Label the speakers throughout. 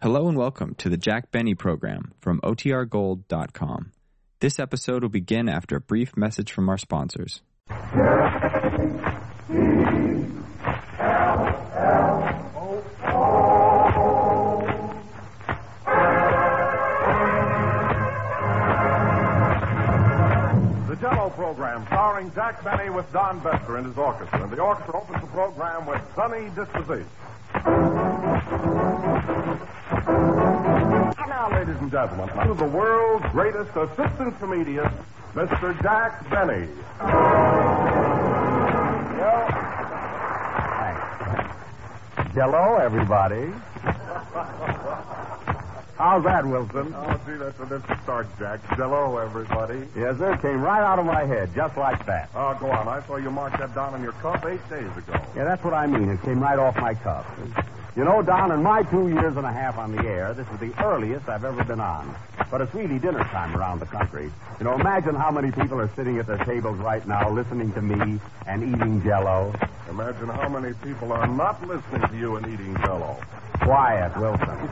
Speaker 1: Hello and welcome to the Jack Benny program from OTRGold.com. This episode will begin after a brief message from our sponsors.
Speaker 2: The Jello program, starring Jack Benny with Don Vester and his orchestra. And the orchestra opens the program with Sunny Disposition. And now, ladies and gentlemen, to the world's greatest assistant comedian, Mr. Jack Benny.
Speaker 3: Hello, everybody. How's that, Wilson?
Speaker 2: Oh, gee, that's a different start, Jack. Jello, everybody.
Speaker 3: Yes, sir. Came right out of my head, just like that.
Speaker 2: Oh, go on. I saw you mark that down on your cup eight days ago.
Speaker 3: Yeah, that's what I mean. It came right off my cuff. You know, Don, in my two years and a half on the air, this is the earliest I've ever been on. But it's really dinner time around the country. You know, imagine how many people are sitting at their tables right now listening to me and eating jello.
Speaker 2: Imagine how many people are not listening to you and eating Jello.
Speaker 3: Quiet, Wilson.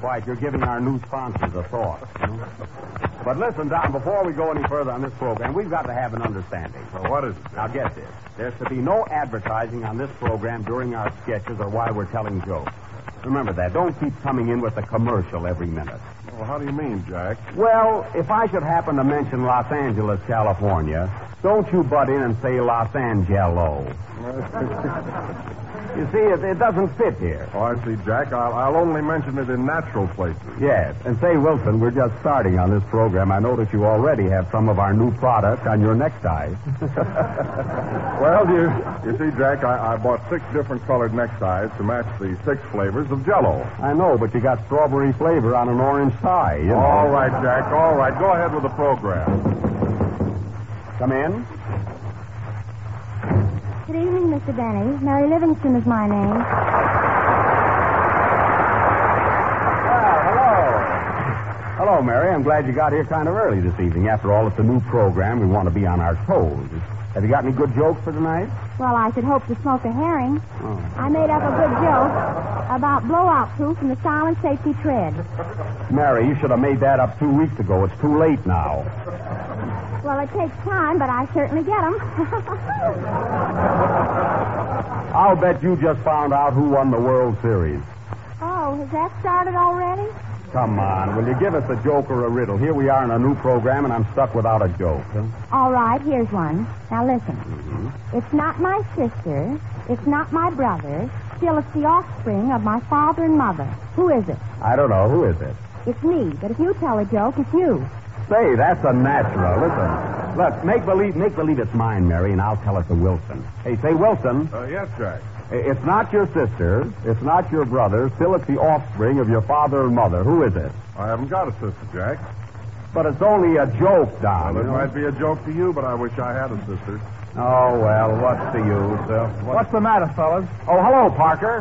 Speaker 3: Quiet. You're giving our new sponsors a thought. But listen, Don, before we go any further on this program, we've got to have an understanding.
Speaker 2: Well, what is it?
Speaker 3: Now, get this. There's to be no advertising on this program during our sketches or why we're telling jokes. Remember that. Don't keep coming in with a commercial every minute.
Speaker 2: Well, how do you mean, Jack?
Speaker 3: Well, if I should happen to mention Los Angeles, California, don't you butt in and say Los Angelo. You see, it, it doesn't fit here.
Speaker 2: Oh, I see, Jack. I'll, I'll only mention it in natural places.
Speaker 3: Yes, and say, Wilson, we're just starting on this program. I notice you already have some of our new product on your necktie.
Speaker 2: Well, you, you see, Jack, I, I bought six different colored neckties to match the six flavors of Jello.
Speaker 3: I know, but you got strawberry flavor on an orange tie. You know.
Speaker 2: All right, Jack. All right. Go ahead with the program.
Speaker 3: Come in.
Speaker 4: Good evening, Mr. Benny. Mary Livingston is my name.
Speaker 3: Well, hello. Ah, Hello, Mary. I'm glad you got here kind of early this evening. After all, it's a new program. We want to be on our toes. Have you got any good jokes for tonight?
Speaker 4: Well, I should hope to smoke a herring.
Speaker 3: Oh.
Speaker 4: I made up a good joke about blowout proof and the silent safety tread.
Speaker 3: Mary, you should have made that up two weeks ago. It's too late now.
Speaker 4: Well, it takes time, but I certainly get 'em.
Speaker 3: I'll bet you just found out who won the World Series.
Speaker 4: oh, has that started already?
Speaker 3: Come on, will you give us a joke or a riddle? Here we are in a new program, and I'm stuck without a joke.
Speaker 4: All right, here's one. Now listen. It's not my sister. It's not my brother. Still, it's the offspring of my father and mother. Who is it?
Speaker 3: I don't know. Who is it?
Speaker 4: It's me. But if you tell a joke, it's you.
Speaker 3: Say, that's a natural. Listen. Look, make believe, make believe it's mine, Mary, and I'll tell it to Wilson. Hey, say, Wilson,
Speaker 2: Uh, yes, Jack.
Speaker 3: i- it's not your sister, it's not your brother, still it's the offspring of your father and mother. Who is it?
Speaker 2: I haven't got a sister, Jack.
Speaker 3: But it's only a joke, Don.
Speaker 2: Well, it might be a joke to you, but I wish I had a sister.
Speaker 3: Oh, well, what's the use? Uh,
Speaker 5: What's the matter, fellas?
Speaker 3: Oh, hello, Parker.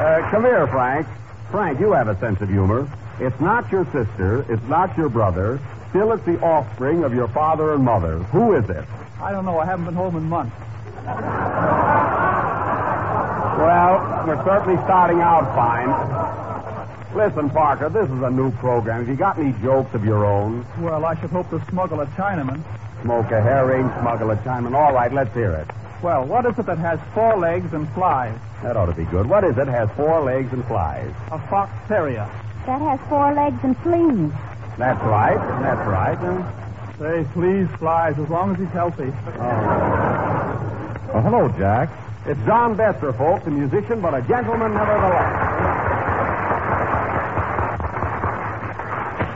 Speaker 3: Uh, come here, Frank. Frank, you have a sense of humor. It's not your sister. It's not your brother. Still, it's the offspring of your father and mother. Who is it?
Speaker 5: I don't know. I haven't been home in months.
Speaker 3: Well, we're certainly starting out fine. Listen, Parker, this is a new program. Have you got any jokes of your own?
Speaker 5: Well, I should hope to smuggle a Chinaman.
Speaker 3: Smoke a herring, smuggle a Chinaman. All right, let's hear it.
Speaker 5: Well, what is it that has four legs and flies?
Speaker 3: That ought to be good. What is it? Has four legs and flies.
Speaker 5: A fox terrier.
Speaker 4: That has four legs and fleas.
Speaker 3: That's right. That's right. Uh,
Speaker 5: Say, please, flies, as long as he's healthy.
Speaker 3: Well, Oh, hello, Jack. It's John Bester, folks, a musician, but a gentleman nevertheless.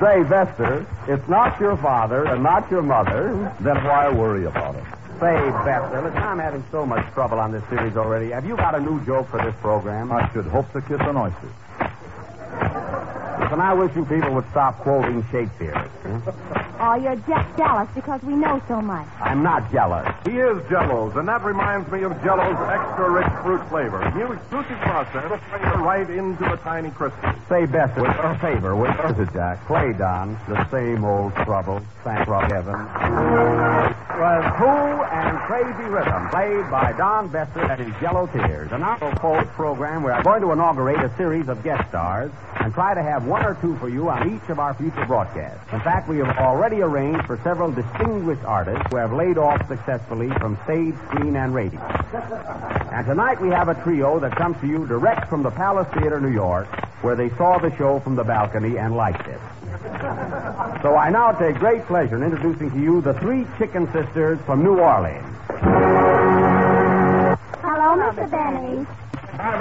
Speaker 3: Say, Bester, it's not your father and not your mother.
Speaker 2: Then why worry about it?
Speaker 3: Say, Bester, listen, I'm having so much trouble on this series already. Have you got a new joke for this program?
Speaker 2: I should hope to kiss an oyster.
Speaker 3: Say, and I wish you people would stop quoting Shakespeare. Hmm?
Speaker 4: Oh, you're just jealous because we know so much.
Speaker 3: I'm not jealous.
Speaker 2: He is Jello's, and that reminds me of Jello's extra rich fruit flavor. New exclusive process to flavor right into a tiny crystal.
Speaker 3: Say best with a favor, with us it, Jack. Play Don, the same old trouble, thank rock heaven. Was Who and Crazy Rhythm, played by Don Bester and his Yellow Tears. An hour folks program where I'm going to inaugurate a series of guest stars and try to have one or two for you on each of our future broadcasts. In fact, we have already arranged for several distinguished artists who have laid off successfully from stage, screen, and radio. And tonight we have a trio that comes to you direct from the Palace Theater, New York, where they saw the show from the balcony and liked it. So I now take great pleasure in introducing to you the three chicken sisters from New Orleans.
Speaker 4: Hello, Mr. Benny.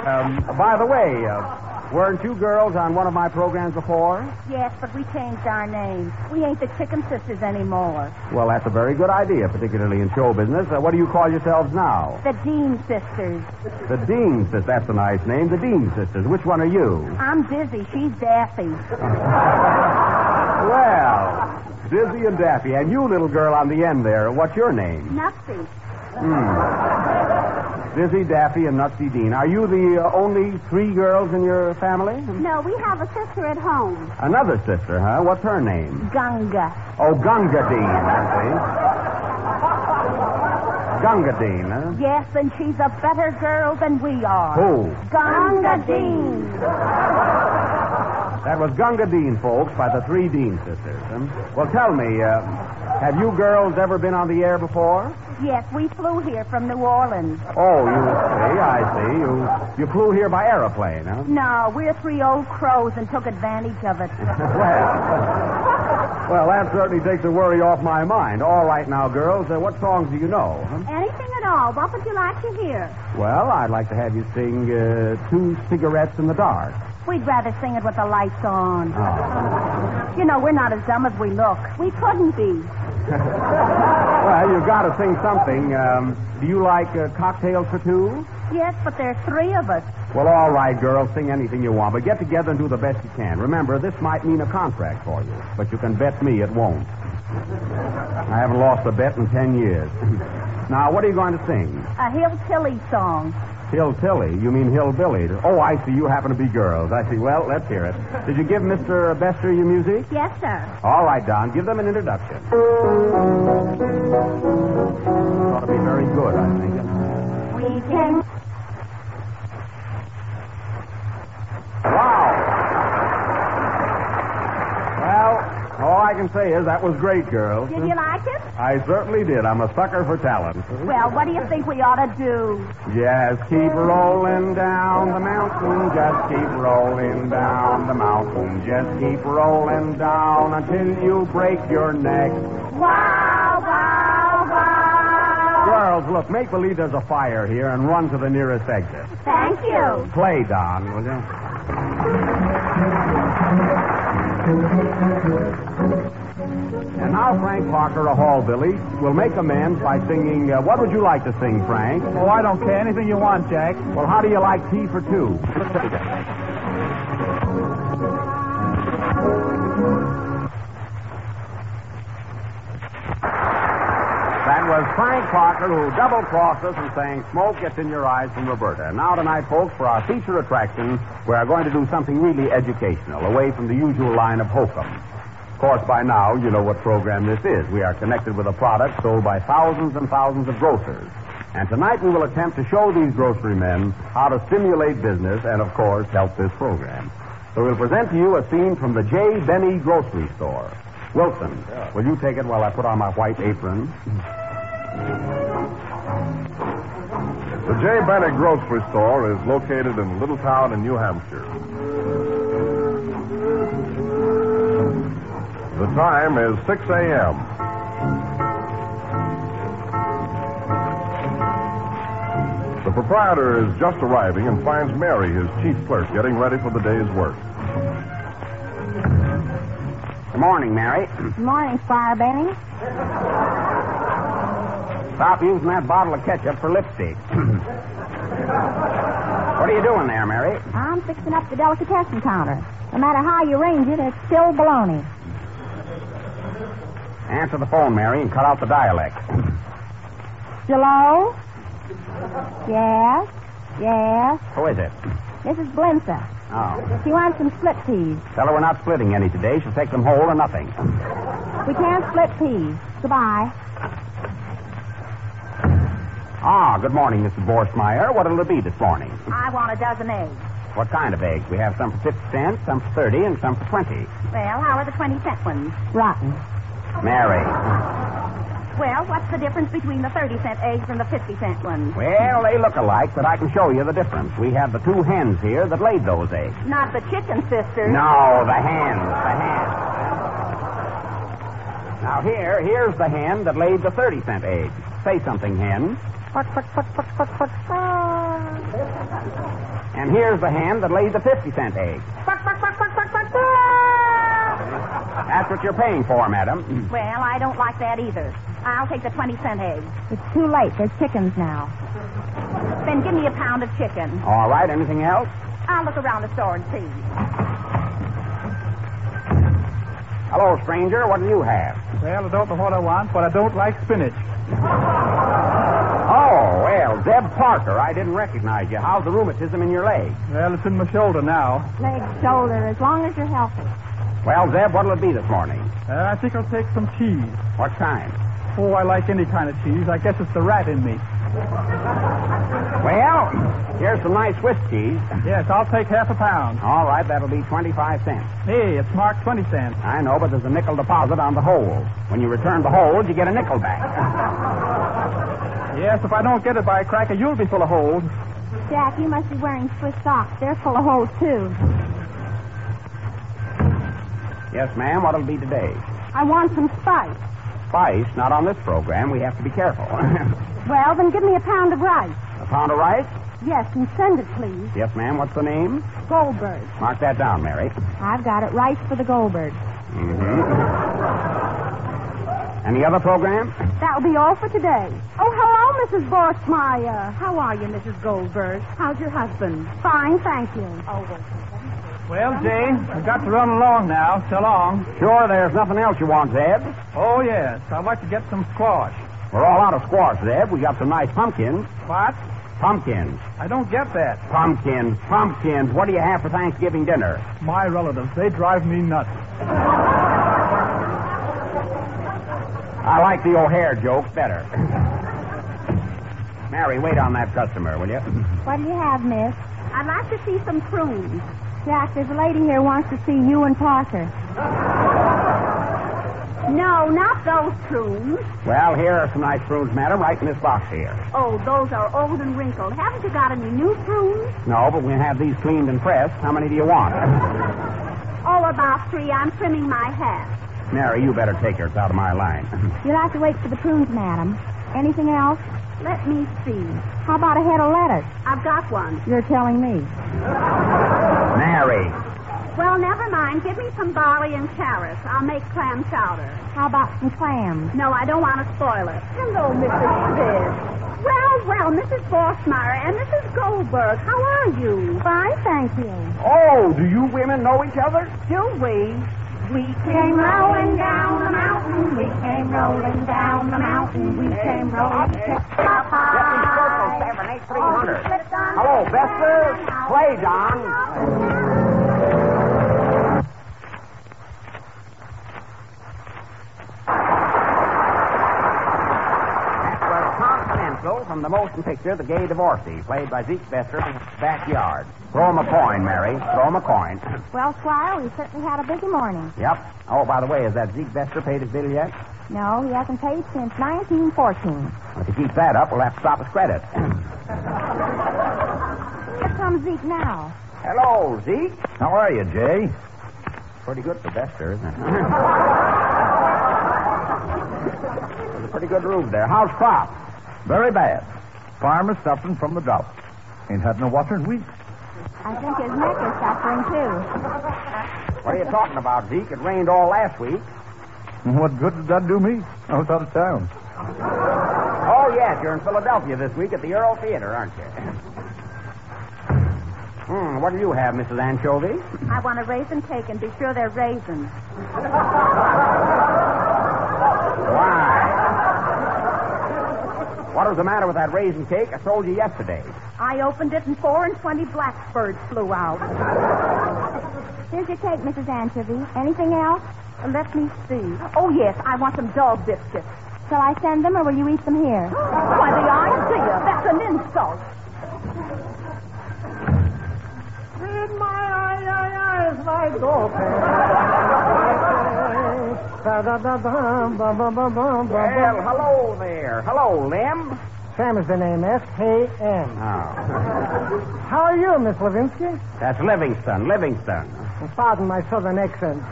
Speaker 3: Um, by the way, uh, weren't you girls on one of my programs before?
Speaker 6: Yes, but we changed our name. We ain't the Chicken Sisters anymore.
Speaker 3: Well, that's a very good idea, particularly in show business. Uh, what do you call yourselves now?
Speaker 6: The Dean Sisters.
Speaker 3: The Dean sisters. That's a nice name. The Dean sisters. Which one are you?
Speaker 6: I'm Dizzy. She's Daffy.
Speaker 3: Well, Dizzy and Daffy, and you, little girl on the end there. What's your name?
Speaker 6: Nothing.
Speaker 3: Dizzy, Daffy, and Nutsy Dean. Are you the uh, only three girls in your family?
Speaker 4: No, we have a sister at home.
Speaker 3: Another sister, huh? What's her name?
Speaker 6: Gunga.
Speaker 3: Oh, Gunga Dean, I see. Gunga Dean, huh?
Speaker 6: Yes, and she's a better girl than we are.
Speaker 3: Who?
Speaker 6: Gunga Dean.
Speaker 3: That was Gunga Dean, folks, by the three Dean sisters. huh? Well, tell me, uh, have you girls ever been on the air before?
Speaker 6: Yes, we flew here from New Orleans.
Speaker 3: Oh, you see, I see. You you flew here by aeroplane, huh?
Speaker 6: No, we're three old crows and took advantage of it.
Speaker 3: Well, well, that certainly takes the worry off my mind. All right, now, girls, uh, what songs do you know? huh?
Speaker 4: Anything at all. What would you like to hear?
Speaker 3: Well, I'd like to have you sing uh, Two Cigarettes in the Dark.
Speaker 6: We'd rather sing it with the lights on.
Speaker 3: Oh.
Speaker 6: You know, we're not as dumb as we look.
Speaker 4: We couldn't be.
Speaker 3: Well, you've got to sing something. Um, do you like uh, Cocktails for Two?
Speaker 6: Yes, but there's three of us.
Speaker 3: Well, all right, girls, sing anything you want, but get together and do the best you can. Remember, this might mean a contract for you, but you can bet me it won't. I haven't lost a bet in ten years. now, what are you going to sing?
Speaker 6: A hillbilly song.
Speaker 3: Hillbilly? You mean hillbilly? Oh, I see. You happen to be girls. I see. Well, let's hear it. Did you give Mr. Bester your music?
Speaker 6: Yes, sir.
Speaker 3: All right, Don. Give them an introduction. Ought to be very good, I think.
Speaker 6: We can
Speaker 3: Wow. Well, all I can say is that was great, girls.
Speaker 6: Did you like it?
Speaker 3: I certainly did. I'm a sucker for talent.
Speaker 6: Well, what do you think we ought to do?
Speaker 3: Just keep rolling down the mountain. Just keep rolling down the mountain. Just keep rolling down until you break your neck.
Speaker 6: Wow, wow, wow.
Speaker 3: Girls, look, make believe there's a fire here and run to the nearest exit.
Speaker 6: Thank you.
Speaker 3: Play, Don, will you? And now Frank Parker, a hallbilly, will make amends by singing, uh, What Would You Like to Sing, Frank?
Speaker 5: Oh, I don't care. Anything you want, Jack.
Speaker 3: Well, how do you like tea for two? That was Frank Parker who double crossed us and sang Smoke Gets in Your Eyes from Roberta. Now, tonight, folks, for our feature attraction, we are going to do something really educational, away from the usual line of hokum. Of course, by now, you know what program this is. We are connected with a product sold by thousands and thousands of grocers. And tonight we will attempt to show these grocery men how to stimulate business and, of course, help this program. So we'll present to you a scene from the J. Benny grocery store. Wilson, will you take it while I put on my white apron?
Speaker 2: The J. Bennett grocery store is located in Littletown in New Hampshire. The time is 6 a.m. The proprietor is just arriving and finds Mary, his chief clerk, getting ready for the day's work.
Speaker 3: Good morning, Mary.
Speaker 4: Morning, Squire Benny.
Speaker 3: Stop using that bottle of ketchup for lipstick. what do you are you doing there, Mary?
Speaker 4: I'm fixing up the delicatessen counter. No matter how you arrange it, it's still baloney.
Speaker 3: Answer the phone, Mary, and cut out the dialect.
Speaker 4: Hello? Yes? Yes?
Speaker 3: Who is it?
Speaker 4: Mrs. Blinsa.
Speaker 3: Oh.
Speaker 4: She wants some split peas.
Speaker 3: Tell her we're not splitting any today. She'll take them whole or nothing.
Speaker 4: We can't split peas. Goodbye.
Speaker 3: Ah, good morning, Mrs. Borsmeyer. What'll it be this morning?
Speaker 6: I want a dozen eggs.
Speaker 3: What kind of eggs? We have some for 50 cents, some for 30, and some for 20.
Speaker 6: Well, how are the 20 cent ones?
Speaker 4: Rotten.
Speaker 3: Mary.
Speaker 6: Well, what's the difference between the 30 cent eggs and the 50 cent ones?
Speaker 3: Well, they look alike, but I can show you the difference. We have the two hens here that laid those eggs.
Speaker 6: Not the chicken sisters.
Speaker 3: No, the hen. The hen. Now here, here's the hen that laid the thirty cent egg. Say something, hen. Quack, quack, quack, quack, quack, quack, quack. And here's the hen that laid the fifty cent egg. Quack, quack, quack, quack, quack, quack, quack. That's what you're paying for, madam.
Speaker 6: Well, I don't like that either. I'll take the 20 cent eggs.
Speaker 4: It's too late. There's chickens now.
Speaker 6: Then give me a pound of chicken.
Speaker 3: All right, anything else?
Speaker 6: I'll look around the store and see.
Speaker 3: Hello, stranger. What do you have?
Speaker 5: Well, I don't know what I want, but I don't like spinach.
Speaker 3: Oh, well, Deb Parker. I didn't recognize you. How's the rheumatism in your leg?
Speaker 5: Well, it's in my shoulder now.
Speaker 4: Leg, shoulder, as long as you're healthy.
Speaker 3: Well, Deb, what'll it be this morning?
Speaker 5: Uh, I think I'll take some cheese.
Speaker 3: What kind?
Speaker 5: Oh, I like any kind of cheese. I guess it's the rat in me.
Speaker 3: Well, here's some nice Swiss cheese.
Speaker 5: Yes, I'll take half a pound.
Speaker 3: All right, that'll be 25 cents.
Speaker 5: Hey, it's marked 20 cents.
Speaker 3: I know, but there's a nickel deposit on the whole. When you return the whole, you get a nickel back.
Speaker 5: Yes, if I don't get it by a cracker, you'll be full of holes.
Speaker 4: Jack, you must be wearing Swiss socks. They're full of holes, too.
Speaker 3: Yes, ma'am, what'll it be today?
Speaker 4: I want some spice.
Speaker 3: Spice, not on this program. We have to be careful. a
Speaker 4: Well, then give me a pound of rice.
Speaker 3: pound of rice?
Speaker 4: Yes, and send it, please.
Speaker 3: Yes, ma'am, what's the name?
Speaker 4: Goldberg.
Speaker 3: Mark that down, Mary.
Speaker 4: I've got it. Rice for the Goldberg.
Speaker 3: Mm-hmm. Any other program?
Speaker 4: That'll be all for today. Oh, hello, Mrs. Borsmeyer. How are you, Mrs. Goldberg? How's your husband? Oh, Fine, thank you.
Speaker 5: Well, Jane, I've got to run along now. So long.
Speaker 3: Sure, there's nothing else you want, Zeb.
Speaker 5: Oh, yes. I'd like to get some squash.
Speaker 3: We're all out of squash, Zeb. We got some nice pumpkins.
Speaker 5: What?
Speaker 3: Pumpkins.
Speaker 5: I don't get that.
Speaker 3: Pumpkins, pumpkins. What do you have for Thanksgiving dinner?
Speaker 5: My relatives, they drive me nuts.
Speaker 3: I like the O'Hare joke better. Mary, wait on that customer, will you?
Speaker 4: What do you have, miss?
Speaker 6: I'd like to see some prunes.
Speaker 4: Jack, there's a lady here wants to see you and Parker.
Speaker 6: No, not those prunes.
Speaker 3: Well, here are some nice prunes, madam, right in this box here.
Speaker 6: Oh, those are old and wrinkled. Haven't you got any new prunes?
Speaker 3: No, but we have these cleaned and pressed. How many do you want?
Speaker 6: Oh, about three. I'm trimming my hat.
Speaker 3: Mary, you better take her. It's out of my line.
Speaker 4: You'll have to wait for the prunes, madam. Anything else?
Speaker 6: Let me see.
Speaker 4: How about a head of lettuce?
Speaker 6: I've got one.
Speaker 4: You're telling me.
Speaker 3: Mary.
Speaker 6: Well, never mind. Give me some barley and carrots. I'll make clam chowder.
Speaker 4: How about some clams?
Speaker 6: No, I don't want to spoil it. Hello, Mrs. Smith. Well, well, Mrs. Borsmeyer and Mrs. Goldberg, how are you?
Speaker 4: Fine, thank you.
Speaker 3: Oh, do you women know each other?
Speaker 6: Do we? We
Speaker 4: came rolling down the mountain. We came rolling down the mountain. We came rolling.
Speaker 3: seven, eight, three hundred. Hello, Vester. Play, Don. That was Constanzo from the motion picture The Gay Divorcee, played by Zeke Vester in his backyard. Throw him a coin, Mary. Throw him a coin.
Speaker 4: Well, Squire, we certainly had a busy morning.
Speaker 3: yep. Oh, by the way, has that Zeke Vester paid his bill yet?
Speaker 4: No, he hasn't paid since 1914.
Speaker 3: If he keeps that up, we'll have to stop his credit.
Speaker 4: Here comes Zeke now.
Speaker 3: Hello, Zeke. How are
Speaker 7: Uh,
Speaker 3: you, Jay? Pretty good for Vester, isn't it? That's a pretty good roof there. How's crop?
Speaker 7: Very bad. Farmers suffering from the drought. Ain't had no water in weeks.
Speaker 4: I think his neck is suffering, too.
Speaker 3: What are you talking about, Zeke? It rained all last week.
Speaker 7: And what good did that do me? I was out of town.
Speaker 3: Oh, yes, you're in Philadelphia this week at the Earl Theater, aren't you? Hmm, what do you have, Mrs. Anchovy?
Speaker 6: I want a raisin cake and be sure they're raisins.
Speaker 3: Why? What is the matter with that raisin cake? I sold you yesterday.
Speaker 6: I opened it and four and twenty blackbirds flew out.
Speaker 4: Here's your cake, Mrs. Anchovy. Anything else?
Speaker 6: Let me see. Oh, yes, I want some dog biscuits.
Speaker 4: Shall I send them, or will you eat them here?
Speaker 6: Why, the idea. That's an insult.
Speaker 5: In my eye, eye, eyes, my girlfriend.
Speaker 3: Well, hello there. Hello, Lem.
Speaker 5: Sam is the name, S-A-M.
Speaker 3: Oh,
Speaker 5: How are you, Miss Levinsky?
Speaker 3: that's Livingston. Livingston.
Speaker 5: Pardon my southern accent.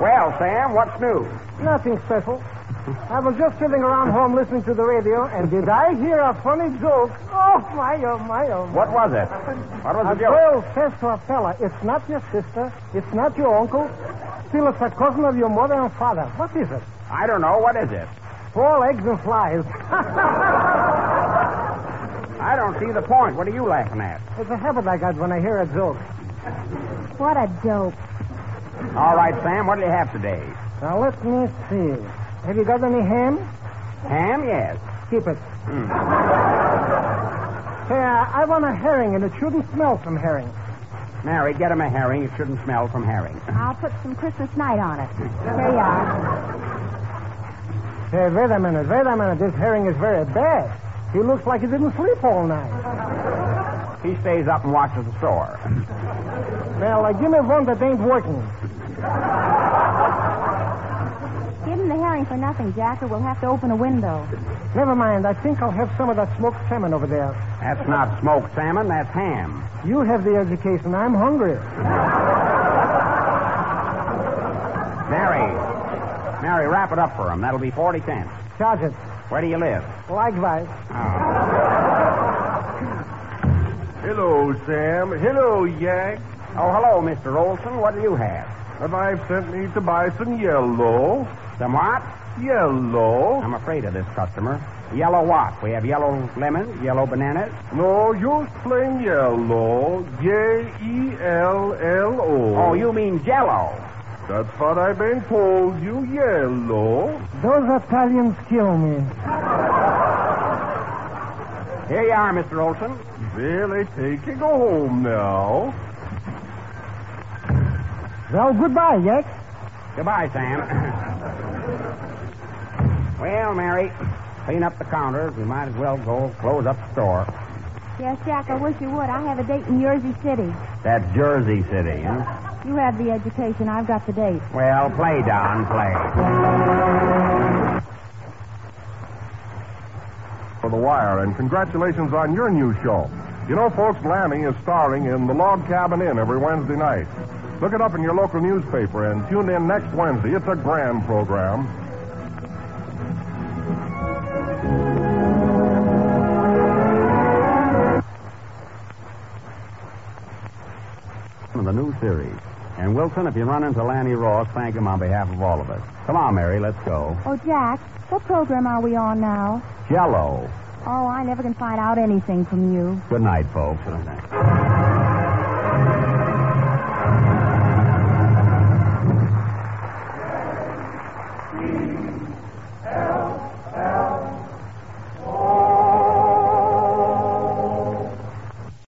Speaker 3: Well, Sam, what's new?
Speaker 5: Nothing special. I was just sitting around home listening to the radio, and did I hear a funny joke? Oh, my, oh, my, oh, my.
Speaker 3: What was it? What was
Speaker 5: A
Speaker 3: the joke?
Speaker 5: girl says to a fella, it's not your sister, it's not your uncle, still it's a cousin of your mother and father. What is it?
Speaker 3: I don't know. What is it?
Speaker 5: Four eggs and flies.
Speaker 3: I don't see the point. What are you laughing at?
Speaker 5: It's a habit I got when I hear a joke.
Speaker 4: What a joke.
Speaker 3: All right, Sam, what do you have today?
Speaker 5: Now, let me see. Have you got any ham?
Speaker 3: Ham, yes.
Speaker 5: Keep it.
Speaker 3: Hmm.
Speaker 5: Say, uh, I want a herring, and it shouldn't smell from herring.
Speaker 3: Mary, get him a herring. It shouldn't smell from herring.
Speaker 4: I'll put some Christmas night on it. There you are.
Speaker 5: Hey, wait a minute, wait a minute. This herring is very bad. He looks like he didn't sleep all night.
Speaker 3: He stays up and watches the store.
Speaker 5: Well, uh, give me one that ain't working.
Speaker 4: Give him the herring for nothing, Jack, or we'll have to open a window.
Speaker 5: Never mind. I think I'll have some of that smoked salmon over there.
Speaker 3: That's not smoked salmon. That's ham.
Speaker 5: You have the education. I'm hungry.
Speaker 3: Mary, Mary, wrap it up for him. That'll be forty cents.
Speaker 5: Charge it.
Speaker 3: Where do you live?
Speaker 5: Likewise.
Speaker 2: Hello, Sam. Hello, Yak.
Speaker 3: Oh, hello, Mr. Olson. What do you have?
Speaker 2: The wife sent me to buy some yellow.
Speaker 3: Some what?
Speaker 2: Yellow.
Speaker 3: I'm afraid of this customer. Yellow what? We have yellow lemon, yellow bananas.
Speaker 2: No, just plain yellow. J E L L O.
Speaker 3: Oh, you mean jello.
Speaker 2: That's what I've been told you, yellow.
Speaker 5: Those Italians kill me.
Speaker 3: Here you are, Mr. Olson.
Speaker 2: Well, I take you go home now.
Speaker 5: Well, goodbye, Yak.
Speaker 3: Goodbye, Sam. well, Mary, clean up the counters. We might as well go close up the store.
Speaker 4: Yes, Jack, I wish you would. I have a date in Jersey City.
Speaker 3: That's Jersey City, huh?
Speaker 4: You have the education. I've got the date.
Speaker 3: Well, play, Don, play.
Speaker 2: For the wire, and congratulations on your new show. You know, folks, Lammy is starring in The Log Cabin Inn every Wednesday night. Look it up in your local newspaper and tune in next Wednesday. It's a grand program.
Speaker 3: Of the new series. And Wilson, if you run into Lanny Ross, thank him on behalf of all of us. Come on, Mary, let's go.
Speaker 4: Oh, Jack, what program are we on now?
Speaker 3: Jello.
Speaker 4: Oh, I never can find out anything from you.
Speaker 3: Good night, folks.